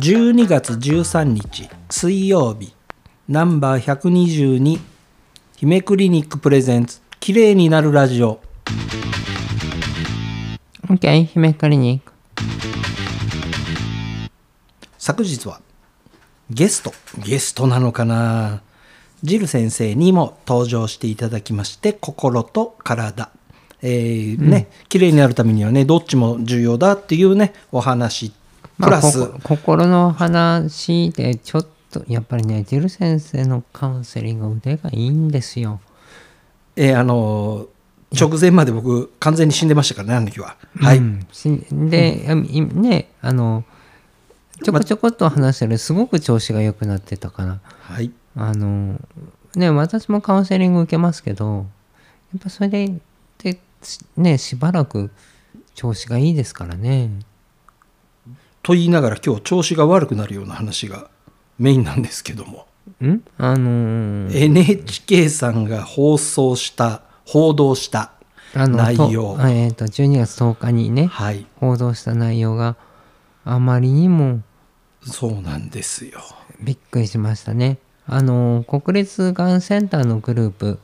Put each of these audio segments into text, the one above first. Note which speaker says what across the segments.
Speaker 1: 12月13日水曜日ナンバー122姫クリニックプレゼンツ綺麗になるラジオ
Speaker 2: OK、姫クリニック。
Speaker 1: 昨日はゲストゲストなのかなジル先生にも登場していただきまして心と体えーね、綺麗になるためにはねどっちも重要だっていうねお話プラス、
Speaker 2: まあここ心の話でちょっとやっぱりねジル先生のカウンセリング腕がいいんですよ
Speaker 1: えーあのー直前まで僕完全に死んでましたからねあの日ははい、
Speaker 2: うんしで、いねあのちょこちょこっと話してるすごく調子が良くなってたから
Speaker 1: はい
Speaker 2: あのね私もカウンセリング受けますけどやっぱそれででしねしばらく調子がいいですからね
Speaker 1: と言いながら今日調子が悪くなるような話がメインなんですけども、
Speaker 2: うんあの
Speaker 1: NHK さんが放送した報道した
Speaker 2: あの
Speaker 1: 内
Speaker 2: と
Speaker 1: 容
Speaker 2: あえー、と12月10日にね
Speaker 1: はい
Speaker 2: 報道した内容があまりにも
Speaker 1: そうなんですよ
Speaker 2: びっくりしましたね。あの国立がんセンターのグループ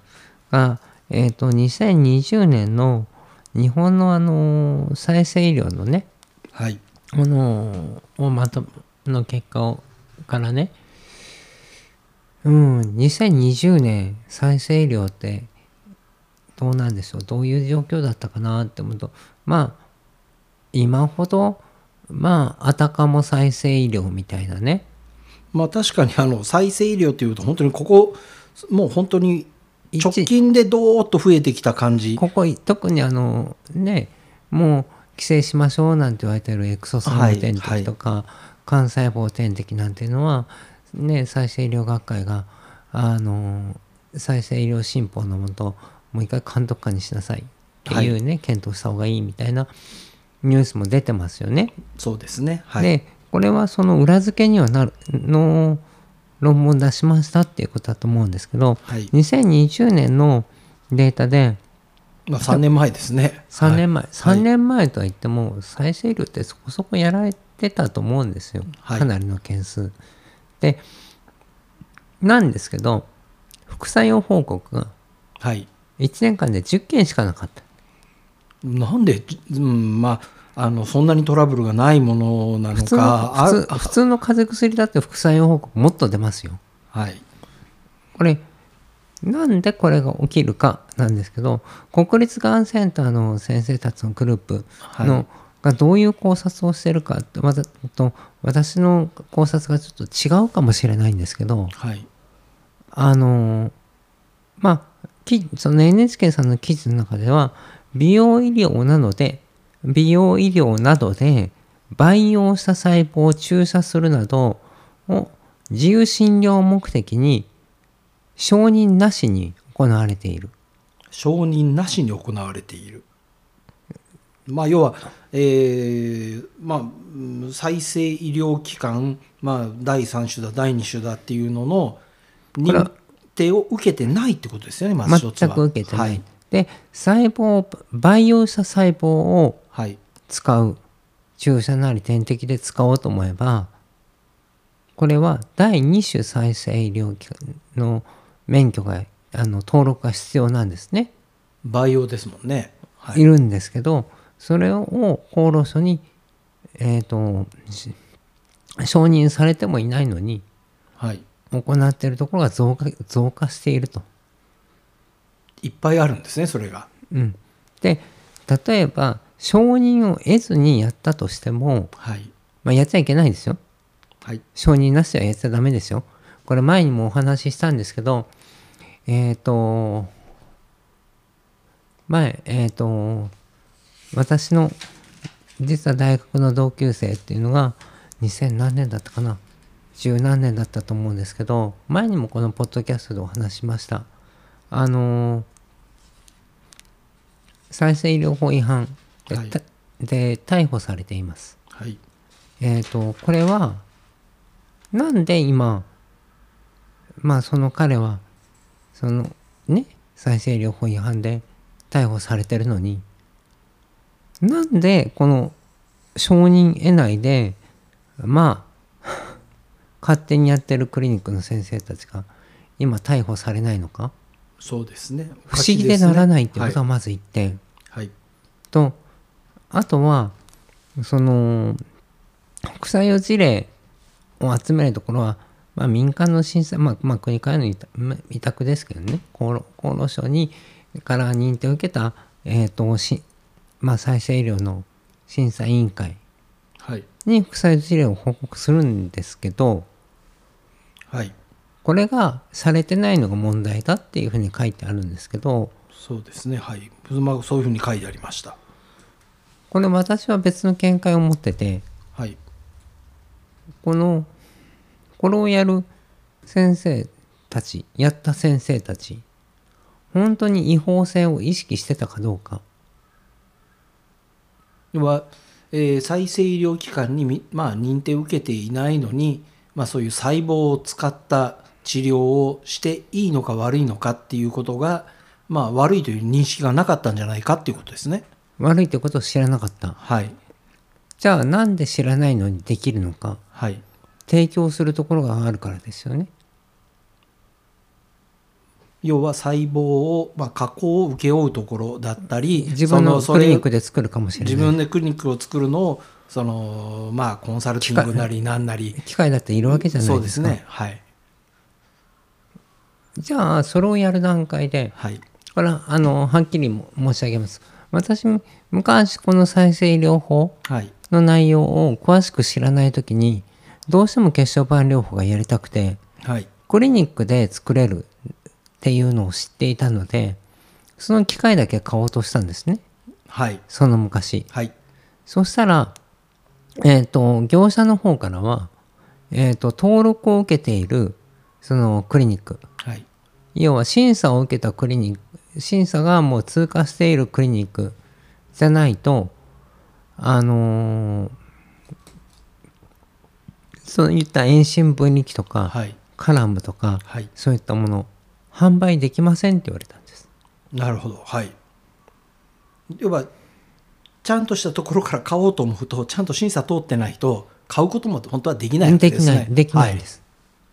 Speaker 2: が、えー、と2020年の日本のあの再生医療のね
Speaker 1: はい
Speaker 2: あのをまとの結果をからねうん2020年再生医療ってどうなんでしょうどういう状況だったかなって思うとまあ今ほどまああたかも再生医療みたいなね
Speaker 1: まあ確かにあの再生医療というと本当にここもう本当に
Speaker 2: 一
Speaker 1: 直近でどーっと増えてきた感じ
Speaker 2: ここ特にあのねもう規制しましょうなんて言われてるエクソソーム点滴とか幹細胞点滴なんていうのは、ね、再生医療学会があの再生医療新法のもともう一回監督下にしなさいっていうね、検討した方がいいみたいなニュースも出てますよね。
Speaker 1: そうですねはい
Speaker 2: でこれはその裏付けにはなるの論文を出しましたっていうことだと思うんですけど
Speaker 1: はい、
Speaker 2: 2020年のデータで
Speaker 1: まあ、3年前です ね
Speaker 2: 3年前、
Speaker 1: はい
Speaker 2: 3年前とは言っても再生医療ってそこそこやられてたと思うんですよ、
Speaker 1: はい
Speaker 2: かなりの件数。でなんですけど副作用報告が
Speaker 1: はい、はい
Speaker 2: 1年間で10件しかなかった。
Speaker 1: なんで、うん、まああのそんなにトラブルがないものなの
Speaker 2: 普通の
Speaker 1: か
Speaker 2: 普通
Speaker 1: あ
Speaker 2: 普通の風邪薬だって副作用報告もっと出ますよ。
Speaker 1: はい
Speaker 2: これなんでこれが起きるかなんですけど国立がんセンターの先生たちのグループの、
Speaker 1: はい
Speaker 2: がどういう考察をしてるかってまたと私の考察がちょっと違うかもしれないんですけど
Speaker 1: はい
Speaker 2: あのまあきその NHK さんの記事の中では美容医療などで美容医療などで培養した細胞を注射するなどを自由診療目的に承認なしに行われている。
Speaker 1: 承認なしに行われている。まあ、要は、えーまあうん、再生医療機関、まあ、第3種だ第2種だっていうのの
Speaker 2: れは
Speaker 1: 認定を受けてないってことですよねまず一つは
Speaker 2: 全く受けてない。
Speaker 1: はい
Speaker 2: で細胞を培養した細胞を
Speaker 1: はい
Speaker 2: 使う注射なり点滴で使おうと思えばこれは第2種再生医療機関の免許があの登録が必要なんですね、
Speaker 1: 培養ですもんね。はい
Speaker 2: い、るんですけどそれを厚労省に、えー、とし承認されてもいないのに
Speaker 1: はい、
Speaker 2: 行っているところが増加増加していると。
Speaker 1: いっぱいあるんですねそれが。
Speaker 2: うん、で例えば承認を得ずにやったとしても、
Speaker 1: はい
Speaker 2: まあ、やっちゃいけないですよ。
Speaker 1: はい
Speaker 2: 承認なしではやっちゃダメですよ。これ前にもお話ししたんですけど、えっ、と、前、えっ、と、私の実は大学の同級生っていうのが2000何年だったかな十何年だったと思うんですけど前にもこのポッドキャストでお話しましたあのー再生医療法違反で,
Speaker 1: はい
Speaker 2: た、で逮捕されています
Speaker 1: はい
Speaker 2: えっ、と、これは、なんで今、まあその彼は、そのね、再生医療法違反で逮捕されてるのに、なんでこの承認得ないでまあ勝手にやってるクリニックの先生たちが今逮捕されないのか
Speaker 1: そうですね。
Speaker 2: 不思議でならないってことはまず一点、
Speaker 1: はい。
Speaker 2: とあとはその国際用事例を集めるところは、まあ、民間の審査、まあまあ、国からの委託まあ委託ですけどね厚労厚労省にから認定を受けた、えーとしまあ、再生医療の審査委員会
Speaker 1: はい。
Speaker 2: に国際用事例を報告するんですけど
Speaker 1: はい。
Speaker 2: これがされてないのが問題だっていうふうに書いてあるんですけど
Speaker 1: そうですね。はい。まあ、そういうふうに書いてありました。
Speaker 2: これ私は別の見解を持ってて。
Speaker 1: はい。
Speaker 2: このこれをやる先生たちやった先生たち本当に違法性を意識してたかどうか
Speaker 1: では、えー再生医療機関にみ、まあ、認定を受けていないのに、まあ、そういう細胞を使った治療をしていいのか悪いのかっていうことが、まあ、悪いという認識がなかったんじゃないかっていうことですね。
Speaker 2: 悪いってことを知らなかった
Speaker 1: はい。
Speaker 2: じゃあなんで知らないのにできるのか
Speaker 1: はい。
Speaker 2: 提供するところがあるからですよね
Speaker 1: 要は細胞を、まあ、加工を請け負うところだったり
Speaker 2: 自分の
Speaker 1: そ
Speaker 2: ク
Speaker 1: れ
Speaker 2: リニックで作るかもしれない
Speaker 1: 自分でクリニックを作るのをその、まあ、コンサルティングなりなんなり
Speaker 2: 機械だっているわけじゃな
Speaker 1: そう
Speaker 2: い
Speaker 1: で
Speaker 2: ですすか
Speaker 1: ねはい
Speaker 2: じゃあそれをやる段階で
Speaker 1: はい
Speaker 2: これはあのはっきりも申し上げます私昔この再生医療法
Speaker 1: はい
Speaker 2: の内容を詳しく知らない時にどうしても血小板療法がやりたくて
Speaker 1: はい
Speaker 2: クリニックで作れるっていうのを知っていたのでその機械だけ買おうとしたんですね
Speaker 1: はい
Speaker 2: その昔
Speaker 1: はい
Speaker 2: そしたらえっ、と業者の方からはえっ、と登録を受けているそのクリニック
Speaker 1: はい
Speaker 2: 要は審査を受けたクリニック審査がもう通過しているクリニックじゃないとあのーそういった遠心分離器とか、
Speaker 1: はい
Speaker 2: カラムとか
Speaker 1: はい
Speaker 2: そういったもの販売できませんって言われたんです
Speaker 1: なるほどはい要はちゃんとしたところから買おうと思うとちゃんと審査通ってないと買うことも本当はできないわけ
Speaker 2: で
Speaker 1: で
Speaker 2: き
Speaker 1: す
Speaker 2: な
Speaker 1: ね
Speaker 2: いできないです、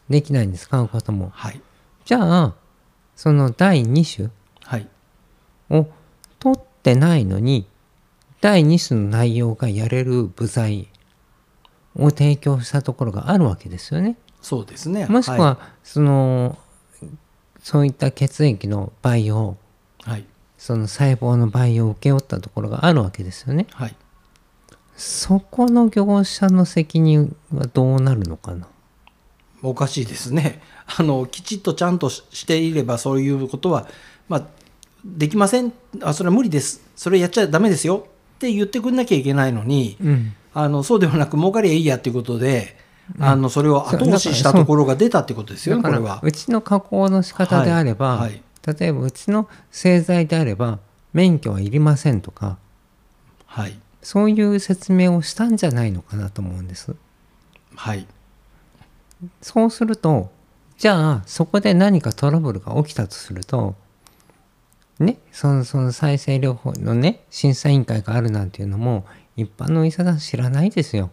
Speaker 2: できないんです買うことも
Speaker 1: はい
Speaker 2: じゃあその第2
Speaker 1: はい
Speaker 2: 種を取ってないのに第2種の内容がやれる部材を提供したところがあるわけですよね。
Speaker 1: そうですね
Speaker 2: もしくは、そのそういった血液の培養
Speaker 1: はい
Speaker 2: その細胞の培養を請け負ったところがあるわけですよね。
Speaker 1: はい
Speaker 2: そこの業者の責任はどうなるのかな。
Speaker 1: おかしいですね。 あのきちっとちゃんとししていればそういうことは、まあ、できませんあそれは無理ですそれやっちゃダメですよって言ってくんなきゃいけないのに
Speaker 2: うん、
Speaker 1: あのそうではなく儲かりゃいいやっていうことで、あのそれを後押ししたところが出たってことですよ
Speaker 2: だ
Speaker 1: ねこ
Speaker 2: か
Speaker 1: れ
Speaker 2: ら
Speaker 1: は。
Speaker 2: うちの加工の仕方であれば、
Speaker 1: はい
Speaker 2: 例えばうちの製剤であれば免許はいりませんとか
Speaker 1: はい
Speaker 2: そういう説明をしたんじゃないのかなと思うんです。
Speaker 1: はい
Speaker 2: そうするとじゃあそこで何かトラブルが起きたとするとねそのその再生療法のね審査委員会があるなんていうのも一般のお医者さん知らないですよ。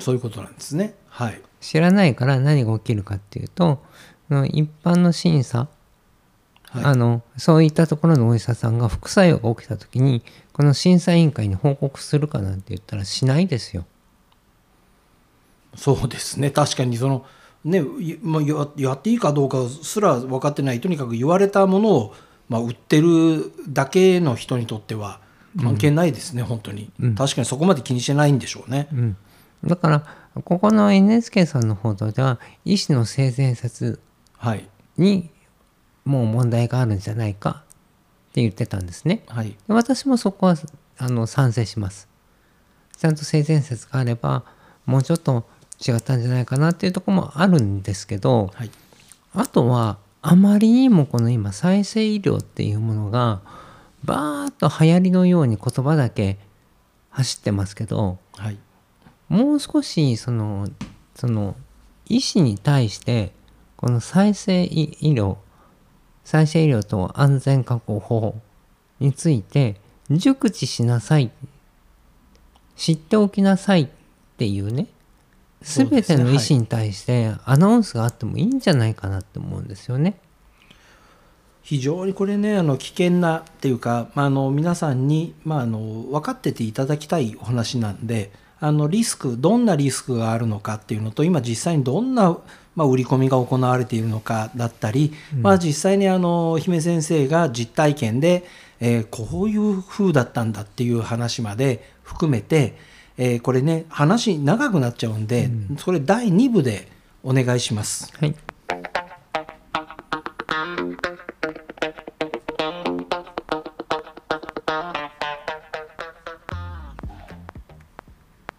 Speaker 1: そういうことなんですね。はい
Speaker 2: 知らないから何が起きるかっていうとその一般の審査、
Speaker 1: はい
Speaker 2: あのそういったところのお医者さんが副作用が起きた時にこの審査委員会に報告するかなんて言ったらしないですよ。
Speaker 1: そうですね確かにそのねいまあややっていいかどうかすら分かってないとにかく言われたものを、まあ、売ってるだけの人にとっては関係ないですね、本当に、確かにそこまで気にしてないんでしょうね、
Speaker 2: うん、だからここの NHK さんの報道では医師の性善説
Speaker 1: はい
Speaker 2: にもう問題があるんじゃないかって言ってたんですね。
Speaker 1: はい
Speaker 2: で私もそこはあの賛成しますちゃんと性善説があればもうちょっと違ったんじゃないかなっていうところもあるんですけど
Speaker 1: はい
Speaker 2: あとはあまりにもこの今再生医療っていうものがバーッと流行りのように言葉だけ走ってますけど
Speaker 1: はい
Speaker 2: もう少しそのその医師に対してこの再生医医療再生医療と安全確保法について熟知しなさい知っておきなさいっていうね
Speaker 1: そう
Speaker 2: 全
Speaker 1: ですね
Speaker 2: ての意思に対してアナウンスがあってもいいんじゃないかなって思うんですよね。
Speaker 1: 非常にこれねあの危険なっていうか、まあ、あの皆さんに、まあ、あの分かってていただきたいお話なんであのリスクどんなリスクがあるのかっていうのと今実際にどんな、まあ、売り込みが行われているのかだったり、まあ、実際にあの姫先生が実体験で、えーこういう風だったんだっていう話まで含めて、えーこれね話長くなっちゃうんで、それ第2部でお願いします。
Speaker 2: はい